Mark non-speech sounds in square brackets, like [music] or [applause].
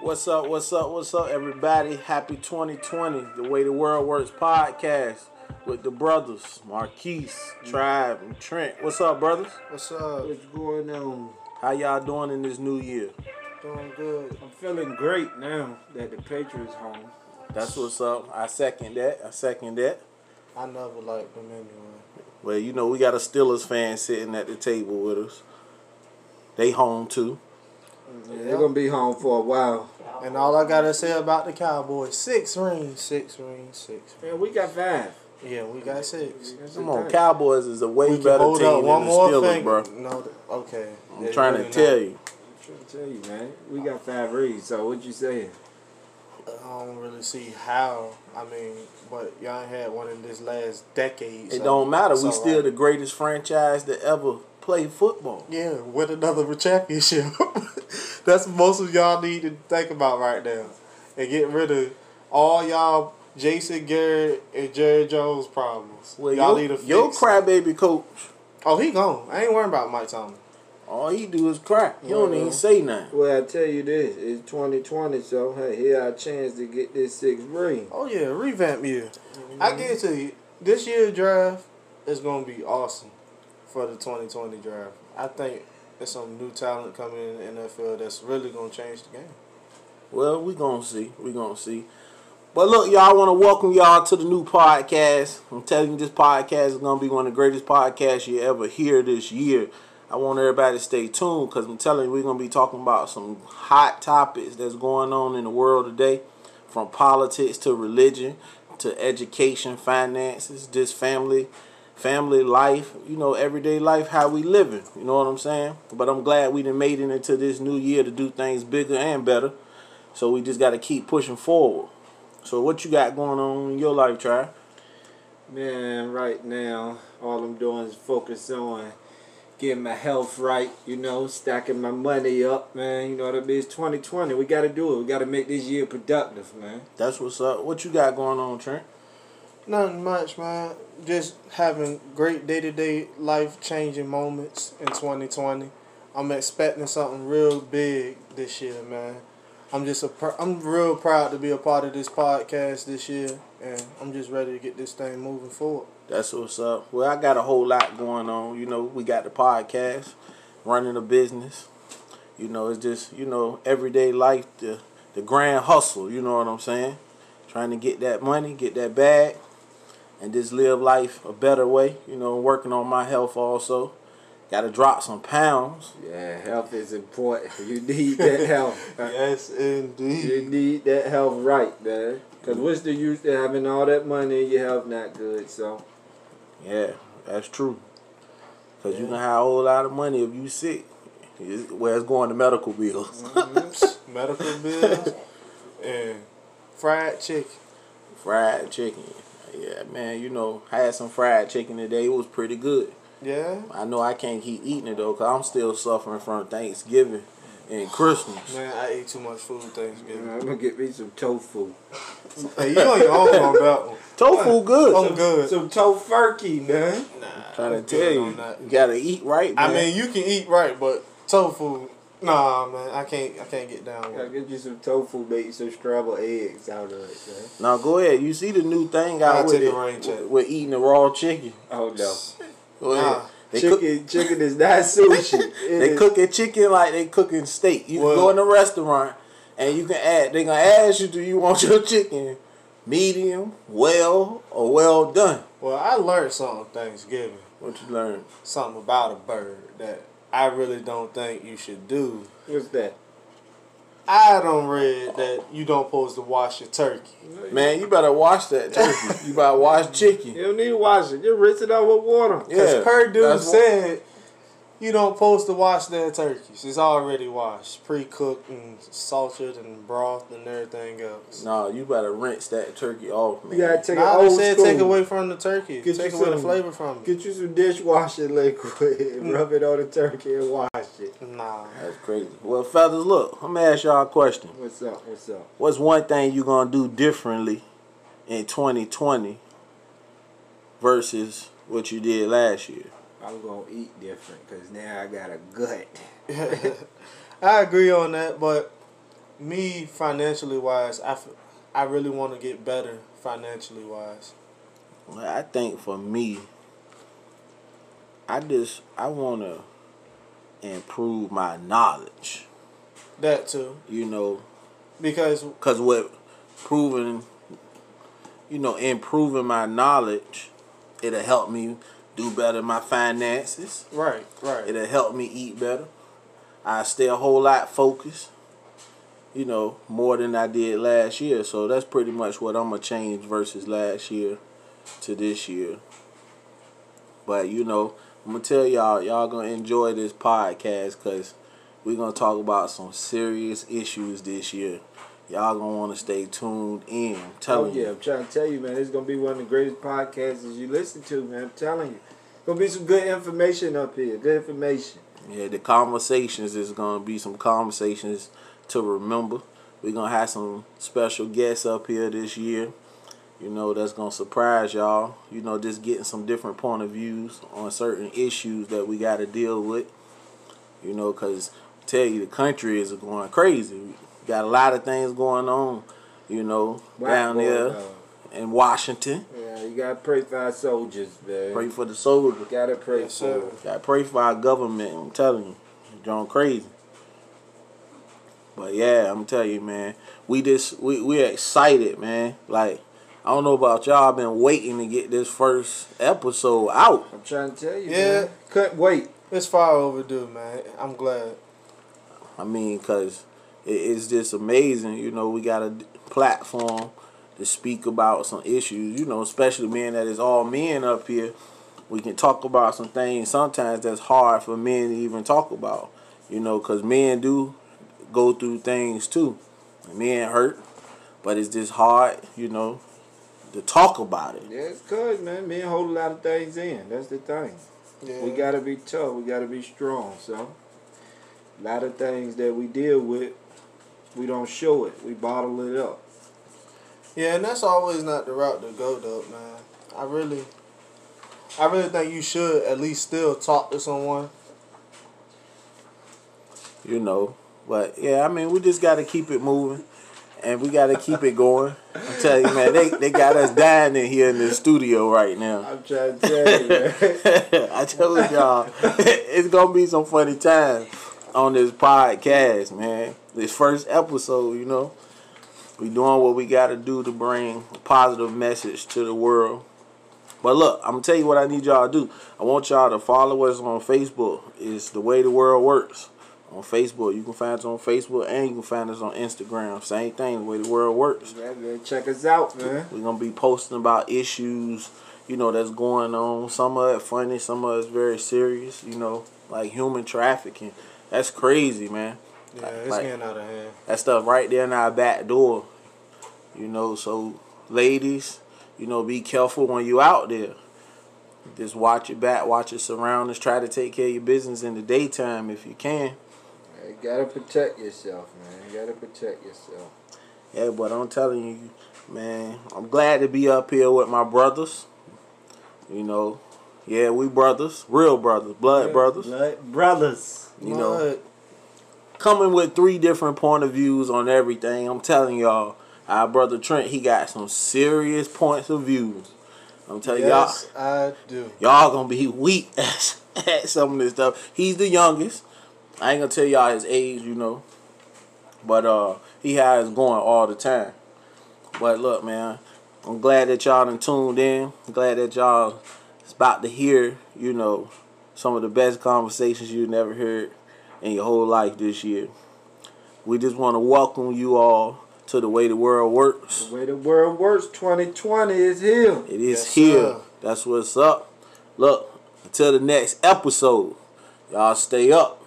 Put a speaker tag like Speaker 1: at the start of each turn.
Speaker 1: What's up? What's up? What's up, everybody? Happy 2020, the Way the World Works podcast with the brothers Marquise, Tribe, and Trent. What's up, brothers?
Speaker 2: What's up?
Speaker 3: What's going on?
Speaker 1: How y'all doing in this new year?
Speaker 2: Doing good.
Speaker 3: I'm feeling great now that the Patriots home.
Speaker 1: That's what's up. I second that. I second that.
Speaker 2: I never liked them anyway.
Speaker 1: Well, you know, we got a Steelers fan sitting at the table with us. They home too.
Speaker 3: Yeah, They're gonna be home for a while.
Speaker 2: And all I gotta say about the Cowboys: six rings, six rings, six.
Speaker 3: Man, we got five.
Speaker 2: Rings. Yeah, we got six.
Speaker 3: That's
Speaker 1: Come
Speaker 3: the
Speaker 1: on,
Speaker 3: thing.
Speaker 1: Cowboys is a way
Speaker 2: We
Speaker 1: better team than the Steelers, bro.
Speaker 2: finger. No, th- okay.
Speaker 1: I'm
Speaker 2: They
Speaker 1: trying
Speaker 2: really
Speaker 1: to tell
Speaker 2: not.
Speaker 1: you.
Speaker 3: I'm trying to tell you, man. We got five reads. So what you saying?
Speaker 2: I don't really see how. I mean, but y'all had one in this last decade.
Speaker 1: It
Speaker 2: so
Speaker 1: don't matter.
Speaker 2: it's
Speaker 1: We
Speaker 2: all
Speaker 1: still
Speaker 2: right.
Speaker 1: the greatest franchise to ever play football.
Speaker 2: Yeah, with another [laughs] championship. That's most of y'all need to think about right now. And get rid of all y'all Jason Garrett and Jerry Jones problems.
Speaker 1: Well,
Speaker 2: y'all
Speaker 1: your,
Speaker 2: need to fix.
Speaker 1: your crybaby coach,
Speaker 2: oh, he gone. I ain't worrying about Mike Tomlin.
Speaker 1: all he do is cry. He don't
Speaker 2: Yeah.
Speaker 1: even say nothing.
Speaker 3: Well, I tell you this, it's 2020, so hey, here our chance to get this sixth ring.
Speaker 2: Oh yeah, revamp year. I get to you. This year draft is gonna be awesome for the twenty twenty draft. I think there's some new talent coming in the NFL that's really gonna change the game.
Speaker 1: Well, we gonna see. We gonna see. But look, y'all, I want to welcome y'all to the new podcast. I'm telling you, this podcast is gonna be one of the greatest podcasts you ever hear this year. I want everybody to stay tuned because I'm telling you, we're gonna be talking about some hot topics that's going on in the world today, from politics to religion to education, finances, this family, family life, you know, everyday life, how we living. You know what I'm saying? But I'm glad we done made it into this new year to do things bigger and better. So we just got to keep pushing forward. So what you got going on in your life, Try?
Speaker 3: Man, right now, all I'm doing is focus on getting my health right, you know, stacking my money up, man. You know what I mean? It's 2020. We got to do it. We got to make this year productive, man.
Speaker 1: That's what's up. What you got going on, Trent?
Speaker 2: Nothing much, man. Just having great day to day life changing moments in 2020. I'm expecting something real big this year, man. I'm just a pr- I'm real proud to be a part of this podcast this year, and I'm just ready to get this thing moving forward.
Speaker 1: That's what's up. Well, I got a whole lot going on. You know, we got the podcast, running a business. You know, it's just you know everyday life, the the grand hustle. You know what I'm saying? Trying to get that money, get that bag, and just live life a better way. You know, working on my health also. Got to drop some pounds.
Speaker 3: Yeah, health is important. [laughs] You need that [laughs] health.
Speaker 2: Yes,
Speaker 3: You
Speaker 2: indeed.
Speaker 3: need that health right, man. Because what's the use of having all that money and your health not good? So,
Speaker 1: Yeah, that's true. Cause you can have a whole lot of money if you sick. It's- Well, it's going to medical bills,
Speaker 2: Mm-hmm. Medical bills and fried chicken.
Speaker 1: [laughs] fried chicken. Yeah, man, you know, I had some fried chicken today. It was pretty good.
Speaker 2: Yeah,
Speaker 1: I know I can't keep eating it though, cause I'm still suffering from Thanksgiving and Christmas.
Speaker 2: man, I ate too much food Thanksgiving.
Speaker 3: I'm going to get me some tofu.
Speaker 2: Hey, you on your own on that one.
Speaker 1: Tofu
Speaker 2: I'm
Speaker 1: good.
Speaker 2: good.
Speaker 3: Some tofurkey, man.
Speaker 1: trying
Speaker 2: Oh, I'm
Speaker 1: to
Speaker 2: good
Speaker 1: tell you,
Speaker 2: on that.
Speaker 1: you gotta eat right. Man.
Speaker 2: I mean, you can eat right, but tofu, nah, man, I can't, I can't get down
Speaker 3: I'll
Speaker 2: with it.
Speaker 3: get you some tofu, make some scrambled eggs out of it, man.
Speaker 1: now go ahead. You see the new thing
Speaker 2: I'll
Speaker 1: out with
Speaker 2: take a
Speaker 1: it,
Speaker 2: rain check.
Speaker 1: with, with eating the raw chicken.
Speaker 3: Oh, no.
Speaker 1: Go ahead.
Speaker 2: Nah,
Speaker 1: They cook-
Speaker 3: chicken, chicken is not [laughs] sushi. It
Speaker 1: [laughs] They
Speaker 3: is-
Speaker 1: cooking chicken like they cooking steak. You can
Speaker 2: Well-
Speaker 1: go in the restaurant and you can add. They gonna ask you, do you want [laughs] your chicken medium, well, or well done?
Speaker 2: Well, I learned something Thanksgiving,
Speaker 1: What you learn?
Speaker 2: something about a bird that I really don't think you should do.
Speaker 3: What's that?
Speaker 2: I don't read that you don't supposed to wash your turkey.
Speaker 1: Man, you better wash that turkey. you better wash
Speaker 3: You
Speaker 1: chicken.
Speaker 3: don't need to wash it. Just rinse it out with water.
Speaker 2: Because
Speaker 1: Yeah,
Speaker 2: Purdue
Speaker 1: that's what-
Speaker 2: said you don't supposed to wash their turkeys. It's already washed, pre-cooked and salted and brothed and everything else.
Speaker 1: No, you better rinse that turkey off, man.
Speaker 3: You got to take
Speaker 2: Nah,
Speaker 3: it
Speaker 2: they
Speaker 3: old
Speaker 2: said
Speaker 3: school.
Speaker 2: take away from the turkey.
Speaker 3: Get
Speaker 2: take
Speaker 3: you
Speaker 2: away the
Speaker 3: some-
Speaker 2: flavor from it.
Speaker 3: Get you some dishwasher liquid
Speaker 1: Mm.
Speaker 3: and rub it on the turkey and wash it. [laughs]
Speaker 2: nah. [laughs]
Speaker 1: That's crazy. Well, fellas, look, I'm gonna ask y'all a question.
Speaker 3: What's up? What's up?
Speaker 1: What's one thing you gonna do differently in 2020 versus what you did last year?
Speaker 3: I'm gonna eat different because now I got a gut.
Speaker 2: I agree on that, but me financially wise, I, f- I really want to get better financially wise.
Speaker 1: I think for me, I just I want to improve my knowledge.
Speaker 2: That too,
Speaker 1: You know,
Speaker 2: because
Speaker 1: because what proving, you know, improving my knowledge, it'll help me do better in my finances.
Speaker 2: right, right,
Speaker 1: It'll help me eat better. I stay a whole lot focused. You know, more than I did last year. So that's pretty much what I'm gonna change versus last year to this year. But you know, I'm gonna tell y'all, y'all gonna enjoy this podcast because we're gonna talk about some serious issues this year. Y'all gonna want to stay tuned in. I'm
Speaker 3: Oh
Speaker 1: telling
Speaker 3: yeah, I'm trying to tell you, man. It's gonna be one of the greatest podcasts you listen to, man. I'm telling you, gonna be some good information up here. Good information.
Speaker 1: you, yeah, the conversations is gonna be some conversations to remember. We're gonna have some special guests up here this year. You know, that's gonna surprise y'all. You know, just getting some different point of views on certain issues that we gotta deal with. You know, cause I tell you the country is going crazy. We got a lot of things going on, you know, down
Speaker 3: Blackboard,
Speaker 1: there
Speaker 3: uh,
Speaker 1: in Washington.
Speaker 3: Yeah, you gotta pray for our soldiers, man.
Speaker 1: Pray for the soldiers.
Speaker 3: Gotta pray
Speaker 2: Yes,
Speaker 3: for.
Speaker 2: sir.
Speaker 3: 'em.
Speaker 1: I pray for our government. I'm telling you, it's going crazy. But yeah, I'm telling you, man, we just we we excited, man. Like I don't know about y'all, I've been waiting to get this first episode out.
Speaker 3: I'm trying to tell you,
Speaker 2: Yeah.
Speaker 3: man. Couldn't wait.
Speaker 2: it's far overdue, man. I'm glad.
Speaker 1: I mean, cause it, it's just amazing. You know, we got a d- platform to speak about some issues. You know, especially men that is all men up here. We can talk about some things sometimes that's hard for men to even talk about. You know, cause men do go through things too. Men hurt, but it's just hard. You know, to talk about it.
Speaker 3: Yeah, it's good, man. Me hold a lot of things in. That's the thing.
Speaker 2: Yeah,
Speaker 3: We gotta be tough. We gotta be strong. So, a lot of things that we deal with, we don't show it. We bottle it up.
Speaker 2: yeah, and that's always not the route to go, though, man. I really, I really think you should at least still talk to someone.
Speaker 1: you know. But yeah, I mean, we just got to keep it moving, and we got to keep it going. I'm telling you, man, they they got us dying in here in the studio right now.
Speaker 3: I'm trying to tell you, [laughs] man.
Speaker 1: [laughs] I told y'all, [laughs] it's gonna be some funny times on this podcast, man. This first episode, you know, we doing what we got to do to bring a positive message to the world. But look, I'm gonna tell you what I need y'all to do. I want y'all to follow us on Facebook. It's the way the world works on Facebook. You can find us on Facebook and you can find us on Instagram. Same thing, the way the world works.
Speaker 3: Yeah, man, check us out, man.
Speaker 1: We're gonna be posting about issues, you know, that's going on. Some of it funny, some of it's very serious, you know, like human trafficking. That's crazy, man.
Speaker 2: Yeah, it's
Speaker 1: Like-
Speaker 2: getting out of hand.
Speaker 1: That stuff right there in our back door. You know, so ladies, you know, be careful when you out there. Just watch your back, watch your surroundings, try to take care of your business in the daytime if you can.
Speaker 3: You gotta protect yourself, man. You gotta protect yourself.
Speaker 1: Yeah, but I'm telling you, man, I'm glad to be up here with my brothers. You know, yeah, we brothers, real brothers, blood brothers.
Speaker 3: Blood brothers.
Speaker 1: You know,
Speaker 2: Mud.
Speaker 1: coming with three different point of views on everything. I'm telling y'all, our brother Trent, he got some serious points of views. I'm telling
Speaker 2: yes, I do.
Speaker 1: y'all, y'all gonna be weak [laughs] at, at some of this stuff. He's the youngest. I ain't gonna tell y'all his age, you know, but uh, he has going all the time. But look, man, I'm glad that y'all done tuned in. glad that y'all is about to hear, you know, some of the best conversations you never heard in your whole life this year. We just want to welcome you all to the way the world works.
Speaker 3: The way the world works, 2020 is here.
Speaker 1: It is
Speaker 2: Yes,
Speaker 1: here.
Speaker 2: sir.
Speaker 1: That's what's up. Look, until the next episode, y'all stay up.